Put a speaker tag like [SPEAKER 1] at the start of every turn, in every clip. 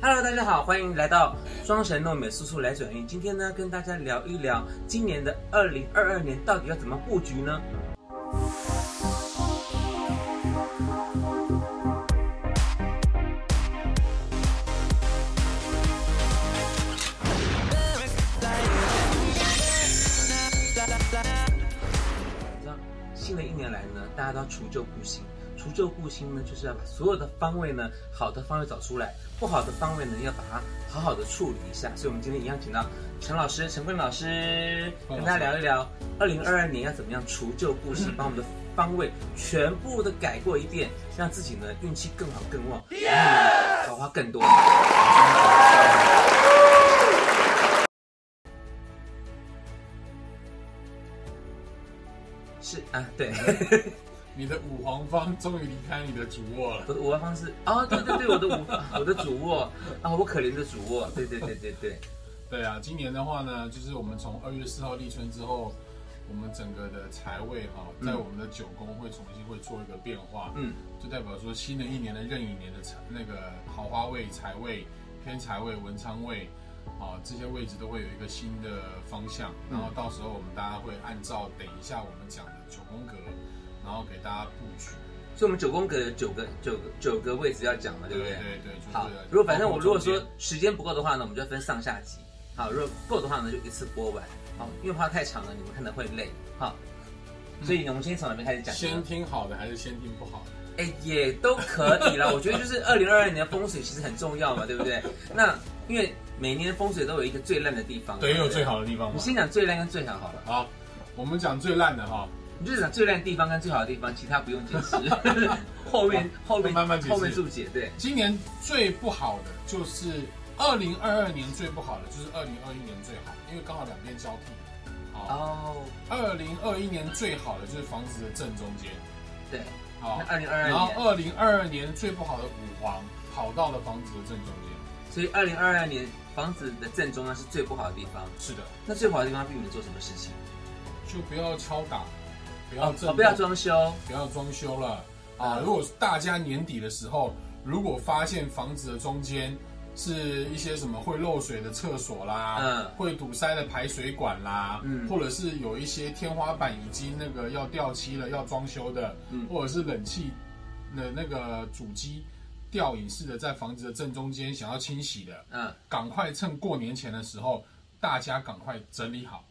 [SPEAKER 1] Hello，大家好，欢迎来到双神弄美速速来转运。今天呢，跟大家聊一聊今年的二零二二年到底要怎么布局呢？你知道，新的一年来呢，大家都要除旧布新。除旧布新呢，就是要把所有的方位呢，好的方位找出来，不好的方位呢，要把它好好的处理一下。所以，我们今天一样请到陈老师、陈坤老师，
[SPEAKER 2] 嗯
[SPEAKER 1] 跟大家聊一聊二零二二年要怎么样除旧布新，把我们的方位全部的改过一遍，让自己呢运气更好更旺，然后呢桃花更多。是啊，对。
[SPEAKER 2] 你的五黄方终于离开你的主卧了。
[SPEAKER 1] 我的五花方式哦，对对对，我的五 我的主卧啊，我可怜的主卧，对对对对对，
[SPEAKER 2] 对啊，今年的话呢，就是我们从二月四号立春之后，我们整个的财位哈、
[SPEAKER 1] 嗯
[SPEAKER 2] 在我们的九宫会重新会做一个变化，
[SPEAKER 1] 嗯
[SPEAKER 2] 就代表说新的一年的壬寅年的财那个桃花位、财位、偏财位、文昌位。啊，这些位置都会有一个新的方向，
[SPEAKER 1] 嗯
[SPEAKER 2] 然后到时候我们大家会按照等一下我们讲的九宫格，然后给大家布局。
[SPEAKER 1] 所以我们九宫格有九个九个九个位置要讲嘛，对不对？
[SPEAKER 2] 对对，就是
[SPEAKER 1] 好
[SPEAKER 2] 这个，
[SPEAKER 1] 如果反正我
[SPEAKER 2] 包括
[SPEAKER 1] 如果
[SPEAKER 2] 中间
[SPEAKER 1] 说时间不够的话呢，我们就分上下集。好，如果够的话呢，就一次播完。好，因为话太长了，你们看的会累。好，所以呢，我们先从哪边开始讲呢？
[SPEAKER 2] 嗯先听好的还是先听不好的？
[SPEAKER 1] 哎、也都可以啦。我觉得就是二零二二年的风水其实很重要嘛，对不对？那因为每年的风水都有一个最烂的地方，
[SPEAKER 2] 对，也有最
[SPEAKER 1] 好。
[SPEAKER 2] 好的地方
[SPEAKER 1] 你
[SPEAKER 2] 嘛。
[SPEAKER 1] 先讲最烂跟最好好了。
[SPEAKER 2] 好，我们讲最烂的哈，
[SPEAKER 1] 你就讲最烂的地方跟最好的地方，其他不用解 释。后面后面
[SPEAKER 2] 慢慢解释
[SPEAKER 1] 后面注解，对，
[SPEAKER 2] 今年最不好的就是二零二二年最不好的就是二零二一年最好，因为刚好两边交替。好，
[SPEAKER 1] 哦，
[SPEAKER 2] 二零二一年最好的就是房子的正中间。
[SPEAKER 1] 对，
[SPEAKER 2] 好
[SPEAKER 1] 那，二零二
[SPEAKER 2] 然
[SPEAKER 1] 二
[SPEAKER 2] 后
[SPEAKER 1] 年，
[SPEAKER 2] 二零二二年最不好的五黄跑到了房子的正中间。
[SPEAKER 1] 所以二零二二年房子的正中央是最不好的地方。
[SPEAKER 2] 是的，
[SPEAKER 1] 那最不好的地方避免做什么事情？
[SPEAKER 2] 就不要敲打，不要
[SPEAKER 1] 哦
[SPEAKER 2] 震，动
[SPEAKER 1] 哦不要装修，
[SPEAKER 2] 不要装修了啊！
[SPEAKER 1] 嗯
[SPEAKER 2] 如果大家年底的时候，如果发现房子的中间是一些什么会漏水的厕所啦，
[SPEAKER 1] 嗯
[SPEAKER 2] 会堵塞的排水管啦，
[SPEAKER 1] 嗯
[SPEAKER 2] 或者是有一些天花板已经那个要掉漆了，要装修的，
[SPEAKER 1] 嗯
[SPEAKER 2] 或者是冷气的那个主机吊引式的在房子的正中间想要清洗的，
[SPEAKER 1] 嗯，
[SPEAKER 2] 赶快趁过年前的时候，大家赶快整理好。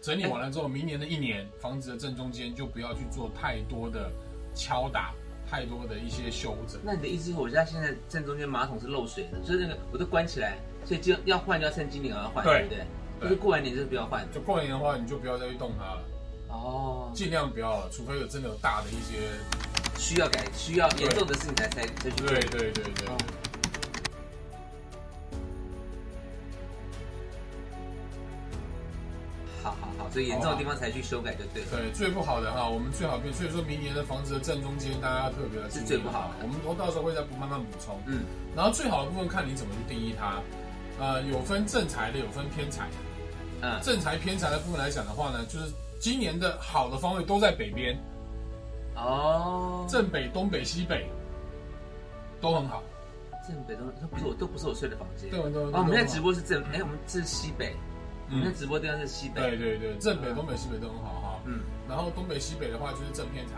[SPEAKER 2] 整理完了之后，明年的一年，房子的正中间就不要去做太多的敲打，太多的一些修整。
[SPEAKER 1] 那你的意思是我家现在正中间马桶是漏水的，就是那个我都关起来，所以今要换就要趁今年赶快换，
[SPEAKER 2] 对
[SPEAKER 1] 对不对？就
[SPEAKER 2] 对
[SPEAKER 1] 是过完年就是不要换。
[SPEAKER 2] 就过年的话，你就不要再去动它了，
[SPEAKER 1] 哦，
[SPEAKER 2] 尽量不要了，除非有真的有大的一些。
[SPEAKER 1] 需要改，需要严重的事情才才才去做。
[SPEAKER 2] 对对对对。
[SPEAKER 1] 好好好，所以严重的地方才去修改就对了。
[SPEAKER 2] 对，最不好的哈，我们最好变，所以说明年的房子的正中间，大家要特别的注意
[SPEAKER 1] 是最不好的
[SPEAKER 2] 我们都到时候会再慢慢补充。
[SPEAKER 1] 嗯，
[SPEAKER 2] 然后最好的部分看你怎么去定义它，呃，有分正财的，有分偏财的。
[SPEAKER 1] 嗯，
[SPEAKER 2] 正财偏财的部分来讲的话呢，就是今年的好的方位都在北边，
[SPEAKER 1] 哦，
[SPEAKER 2] 正北、东北、西北都很好。
[SPEAKER 1] 正北东，都不是我，都不是我睡的房间。
[SPEAKER 2] 对对对
[SPEAKER 1] 哦，我们现在直
[SPEAKER 2] 播，
[SPEAKER 1] 播是正，哎，我们是西北，我们现
[SPEAKER 2] 嗯
[SPEAKER 1] 在，直播地方是西北。
[SPEAKER 2] 对对对，正北、东北、西北都很好哈。
[SPEAKER 1] 嗯，
[SPEAKER 2] 然后东北、西北的话就是正偏财，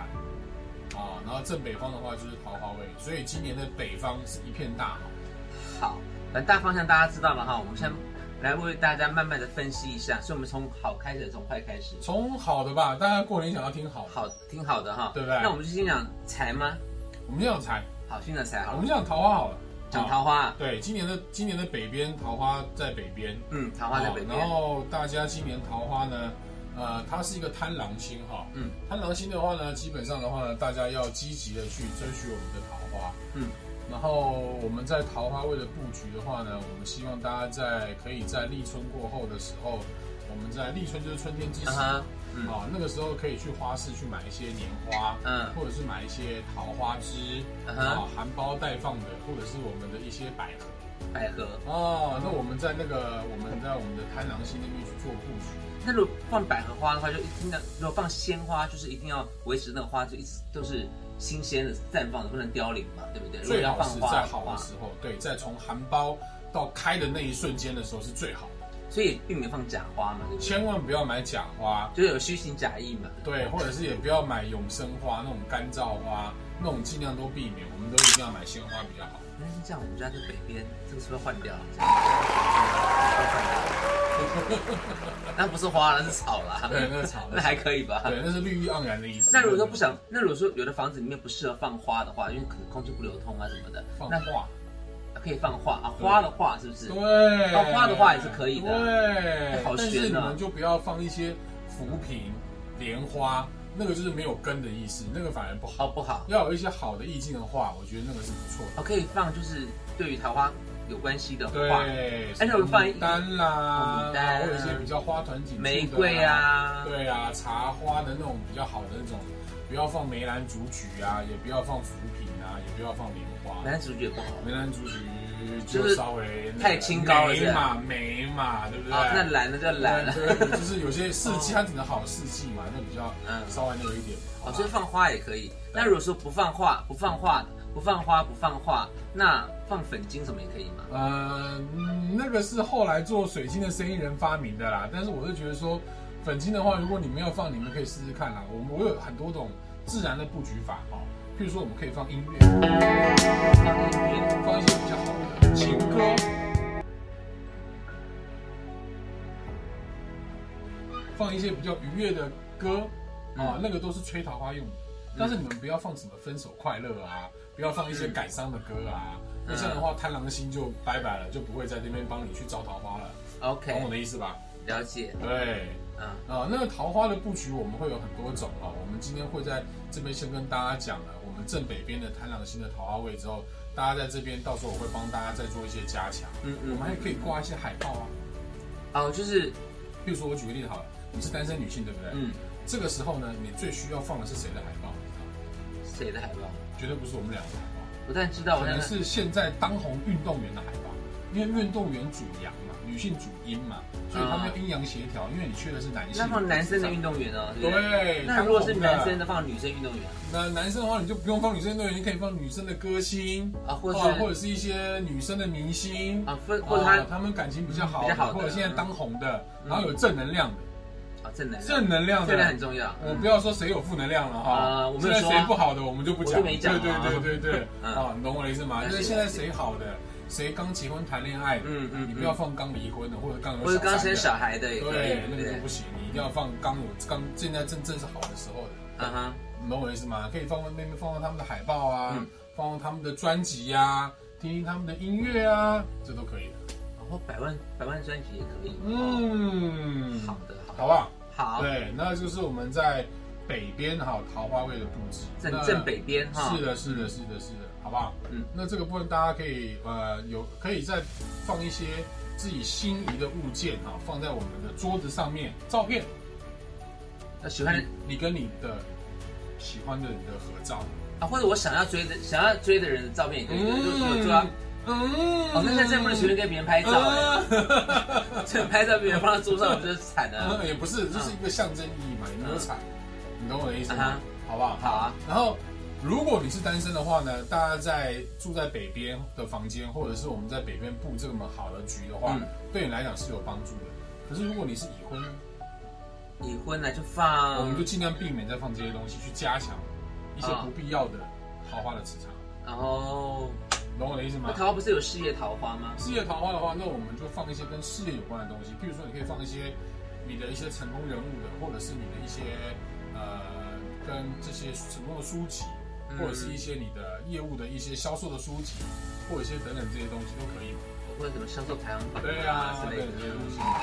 [SPEAKER 2] 啊，然后正北方的话就是桃花位，所以今年的北方是一片大好。
[SPEAKER 1] 好，反正大方向大家知道了哈，我们先来为大家慢慢的分析一下，所以我们从好开始，从坏开始。
[SPEAKER 2] 从好的吧，大家过年想要听好的，
[SPEAKER 1] 好，挺好的哈。
[SPEAKER 2] 对不对
[SPEAKER 1] 那我们就先讲财吗？
[SPEAKER 2] 我们就讲财，
[SPEAKER 1] 好，先讲财
[SPEAKER 2] 我
[SPEAKER 1] 好了，
[SPEAKER 2] 们就讲桃花好了。
[SPEAKER 1] 讲
[SPEAKER 2] 好。
[SPEAKER 1] 桃花。
[SPEAKER 2] 对，今年的今年的北边桃花在北边，
[SPEAKER 1] 嗯，桃花在北
[SPEAKER 2] 然
[SPEAKER 1] 边。
[SPEAKER 2] 后大家今年桃花呢，呃，它是一个贪狼星哈、
[SPEAKER 1] 嗯，
[SPEAKER 2] 贪狼星的话呢，基本上的话呢，大家要积极的去争取我们的桃花。
[SPEAKER 1] 嗯，
[SPEAKER 2] 然后我们在桃花位的布局的话呢，我们希望大家在可以在立春过后的时候，我们在立春就是春天之时
[SPEAKER 1] 嗯
[SPEAKER 2] 啊、
[SPEAKER 1] 哼，嗯
[SPEAKER 2] 那个时候可以去花市去买一些年花。
[SPEAKER 1] 嗯
[SPEAKER 2] 或者是买一些桃花枝
[SPEAKER 1] 嗯
[SPEAKER 2] 啊
[SPEAKER 1] 哼，，
[SPEAKER 2] 含苞待放的，或者是我们的一些百合，
[SPEAKER 1] 百合。
[SPEAKER 2] 哦，那我们在那个我们在我们的贪狼星那边去做布局，
[SPEAKER 1] 那如果放百合花的话，就一定要；如果放鲜花，就是一定要维持那个花就一直都是新鲜的绽放的，不能凋零嘛，对不对？如果
[SPEAKER 2] 最
[SPEAKER 1] 要
[SPEAKER 2] 好
[SPEAKER 1] 放
[SPEAKER 2] 是
[SPEAKER 1] 花
[SPEAKER 2] 在
[SPEAKER 1] 的
[SPEAKER 2] 好啊
[SPEAKER 1] 话
[SPEAKER 2] 的，时候，对，再从含苞到开的那一瞬间的时候是最好的。
[SPEAKER 1] 所以避免放假花嘛，对不对？
[SPEAKER 2] 千万不要买假花，
[SPEAKER 1] 就是有虚情假意嘛。
[SPEAKER 2] 对，或者是也不要买永生花那种干燥花，那种尽量都避免。我们都一定要买鲜花比较好。
[SPEAKER 1] 那是哎这样，我们家在北边，这个是不是要换掉？啊这个要换掉那不是花了，是草啦。
[SPEAKER 2] 对，那个草，
[SPEAKER 1] 那还可以吧？
[SPEAKER 2] 对，那是绿意盎然的意思。
[SPEAKER 1] 那如果说不想，那如果说有的房子里面不适合放花的话，因为可能空气不流通啊什么的，
[SPEAKER 2] 放
[SPEAKER 1] 那
[SPEAKER 2] 话，
[SPEAKER 1] 可以放花啊，花的话是不是？
[SPEAKER 2] 对，
[SPEAKER 1] 放花的话也是可以的哎
[SPEAKER 2] 对，
[SPEAKER 1] 好
[SPEAKER 2] 但
[SPEAKER 1] 悬
[SPEAKER 2] 是你
[SPEAKER 1] 啊
[SPEAKER 2] 们就不要放一些浮萍、莲花，那个就是没有根的意思，那个反而不好。
[SPEAKER 1] 好不好？
[SPEAKER 2] 要有一些好的意境的话，我觉得那个是不错的。
[SPEAKER 1] 哦，可以放就是对于桃花有关系的花，
[SPEAKER 2] 对，
[SPEAKER 1] 哎而且我们放一
[SPEAKER 2] 牡丹啦，
[SPEAKER 1] 牡丹
[SPEAKER 2] 或者一些比较花团锦簇的
[SPEAKER 1] 玫瑰，啊，
[SPEAKER 2] 对啊，茶花的那种比较好的那种，不要放梅兰竹菊啊，也不要放浮萍啊，也不要放莲花
[SPEAKER 1] 梅。兰竹菊也不好。
[SPEAKER 2] 梅兰竹菊
[SPEAKER 1] 就是
[SPEAKER 2] 就稍微那个
[SPEAKER 1] 太清高了是不
[SPEAKER 2] 梅
[SPEAKER 1] 是
[SPEAKER 2] 嘛梅嘛，对不对？
[SPEAKER 1] 啊，那懒了就懒了。
[SPEAKER 2] 对，对就是有些四季，它只能好四季嘛，那比较
[SPEAKER 1] 嗯
[SPEAKER 2] 稍微那个一点。
[SPEAKER 1] 哦，所以放花也可以。那如果说不放花，不放花，不放花，不放花，那放粉晶什么也可以吗？
[SPEAKER 2] 呃，嗯那个是后来做水晶的生意人发明的啦，但是我是觉得说，粉晶的话，如果你们要放，你们可以试试看啦。我们我有很多种自然的布局法哦，譬如说我们可以放音乐，
[SPEAKER 1] 放音乐。
[SPEAKER 2] 放一些比较好的情歌。放一些比较愉悦的歌啊，那个都是吹桃花用的。但是你们不要放什么分手快乐啊，不要放一些感伤的歌啊，那这样的话贪狼星就拜拜了，就不会在这边帮你去招桃花了，懂我
[SPEAKER 1] OK，
[SPEAKER 2] 的意思吧？
[SPEAKER 1] 了解。
[SPEAKER 2] 对，
[SPEAKER 1] 嗯，
[SPEAKER 2] 啊，那个桃花的布局我们会有很多种啊，我们今天会在这边先跟大家讲了我们正北边的贪狼星的桃花位之后，大家在这边到时候我会帮大家再做一些加强，啊
[SPEAKER 1] 嗯
[SPEAKER 2] 我
[SPEAKER 1] 嗯
[SPEAKER 2] 们。还可以挂一些海报啊，
[SPEAKER 1] 哦，就是
[SPEAKER 2] 比如说我举个例子好了，你是单身女性对不对？
[SPEAKER 1] 嗯，
[SPEAKER 2] 这个时候呢，你最需要放的是谁的海报？
[SPEAKER 1] 谁的海报？
[SPEAKER 2] 绝对不是我们两个的海报，
[SPEAKER 1] 我当然知道，我
[SPEAKER 2] 可
[SPEAKER 1] 当
[SPEAKER 2] 能
[SPEAKER 1] 然
[SPEAKER 2] 是现在当红运动员的海报，因为运动员主阳嘛，女性主阴嘛，所以他们要阴阳协调。因为你去的是男性，
[SPEAKER 1] 那放男生的运动员哦，对不对。
[SPEAKER 2] 对，
[SPEAKER 1] 那如果是男生的，
[SPEAKER 2] 的，
[SPEAKER 1] 放女生运动员啊
[SPEAKER 2] 那男生的话你就不用放女生运动员，你可以放女生的歌星，
[SPEAKER 1] 啊，或
[SPEAKER 2] 啊或
[SPEAKER 1] 是
[SPEAKER 2] 者是一些女生的明星，
[SPEAKER 1] 啊，或或者
[SPEAKER 2] 啊
[SPEAKER 1] 他
[SPEAKER 2] 他们感情比较好，
[SPEAKER 1] 比较好的
[SPEAKER 2] 或者现在当红的，
[SPEAKER 1] 嗯
[SPEAKER 2] 然后有正能量的，
[SPEAKER 1] 啊正能量，
[SPEAKER 2] 正能量
[SPEAKER 1] 正能量
[SPEAKER 2] 的
[SPEAKER 1] 很。重要。
[SPEAKER 2] 我不要说谁有负能量了哈，
[SPEAKER 1] 啊我没
[SPEAKER 2] 现
[SPEAKER 1] 有
[SPEAKER 2] 在
[SPEAKER 1] 说啊
[SPEAKER 2] 谁不好的我们就不
[SPEAKER 1] 我
[SPEAKER 2] 讲，
[SPEAKER 1] 就没讲啊
[SPEAKER 2] 对对对对对，
[SPEAKER 1] 嗯
[SPEAKER 2] 啊，你懂我的意思吗？
[SPEAKER 1] 了
[SPEAKER 2] 就
[SPEAKER 1] 解
[SPEAKER 2] 是现在谁好的，谁刚结婚谈恋爱的，
[SPEAKER 1] 嗯嗯，
[SPEAKER 2] 你不要放刚离婚的或者刚有
[SPEAKER 1] 或者刚生
[SPEAKER 2] 小
[SPEAKER 1] 小
[SPEAKER 2] 孩
[SPEAKER 1] 孩的也
[SPEAKER 2] 的，
[SPEAKER 1] 可以
[SPEAKER 2] 对，，那个就不行，你一定要放刚有刚现在正正是好的时候的，
[SPEAKER 1] 啊哈，
[SPEAKER 2] 你懂我的意思吗？可以放那边放放他们的海报啊，
[SPEAKER 1] 嗯
[SPEAKER 2] 放放他们的专辑呀，听听他们的音乐啊，这都可以的。
[SPEAKER 1] 然后百万百万专辑也可以。嗯，
[SPEAKER 2] 嗯，
[SPEAKER 1] 好，的，好的，
[SPEAKER 2] 好不好？
[SPEAKER 1] 好，
[SPEAKER 2] 对，啊那就是我们在北边哈桃花位的布置，
[SPEAKER 1] 正
[SPEAKER 2] 那
[SPEAKER 1] 正北边哈，
[SPEAKER 2] 是的，是的，是的，是的，好不好？
[SPEAKER 1] 嗯，
[SPEAKER 2] 那这个部分大家可以呃有可以再放一些自己心仪的物件哈、放在我们的桌子上面，照片，
[SPEAKER 1] 那喜欢的
[SPEAKER 2] 你跟你的喜欢的人的合照，
[SPEAKER 1] 啊，或者我想要追的想要追的人的照片也可以，就是我抓。
[SPEAKER 2] 嗯
[SPEAKER 1] 嗯哦，那现在不能随便跟别人拍照哎， 这拍照别人放到桌上，我就惨了。
[SPEAKER 2] 嗯，也不是，就是一个象征意义嘛，你没有彩，你懂我的意思
[SPEAKER 1] 啊
[SPEAKER 2] 吗
[SPEAKER 1] 哈？
[SPEAKER 2] 好不好？
[SPEAKER 1] 好啊。
[SPEAKER 2] 然后，如果你是单身的话呢，大家在住在北边的房间，或者是我们在北边布这么好的局的话
[SPEAKER 1] 嗯，
[SPEAKER 2] 对你来讲是有帮助的。可是如果你是已婚呢，
[SPEAKER 1] 已婚了就
[SPEAKER 2] 我们
[SPEAKER 1] 放
[SPEAKER 2] 就，尽量避免再放这些东西，去加强一些
[SPEAKER 1] 啊
[SPEAKER 2] 不必要的桃花的磁场，
[SPEAKER 1] 然后
[SPEAKER 2] 你懂我的意思吗
[SPEAKER 1] 那？桃花不是有事业桃花吗？
[SPEAKER 2] 事业桃花的话，那我们就放一些跟事业有关的东西，譬如说你可以放一些你的一些成功人物的，或者是你的一些呃跟这些成功的书籍，
[SPEAKER 1] 嗯
[SPEAKER 2] 或者是一些你的业务的一些销售的书籍，或者一些等等这些东西都可以嘛。
[SPEAKER 1] 或者什么销售排行榜
[SPEAKER 2] 对啊，
[SPEAKER 1] 之类
[SPEAKER 2] 对
[SPEAKER 1] 的
[SPEAKER 2] 这些东西嘛。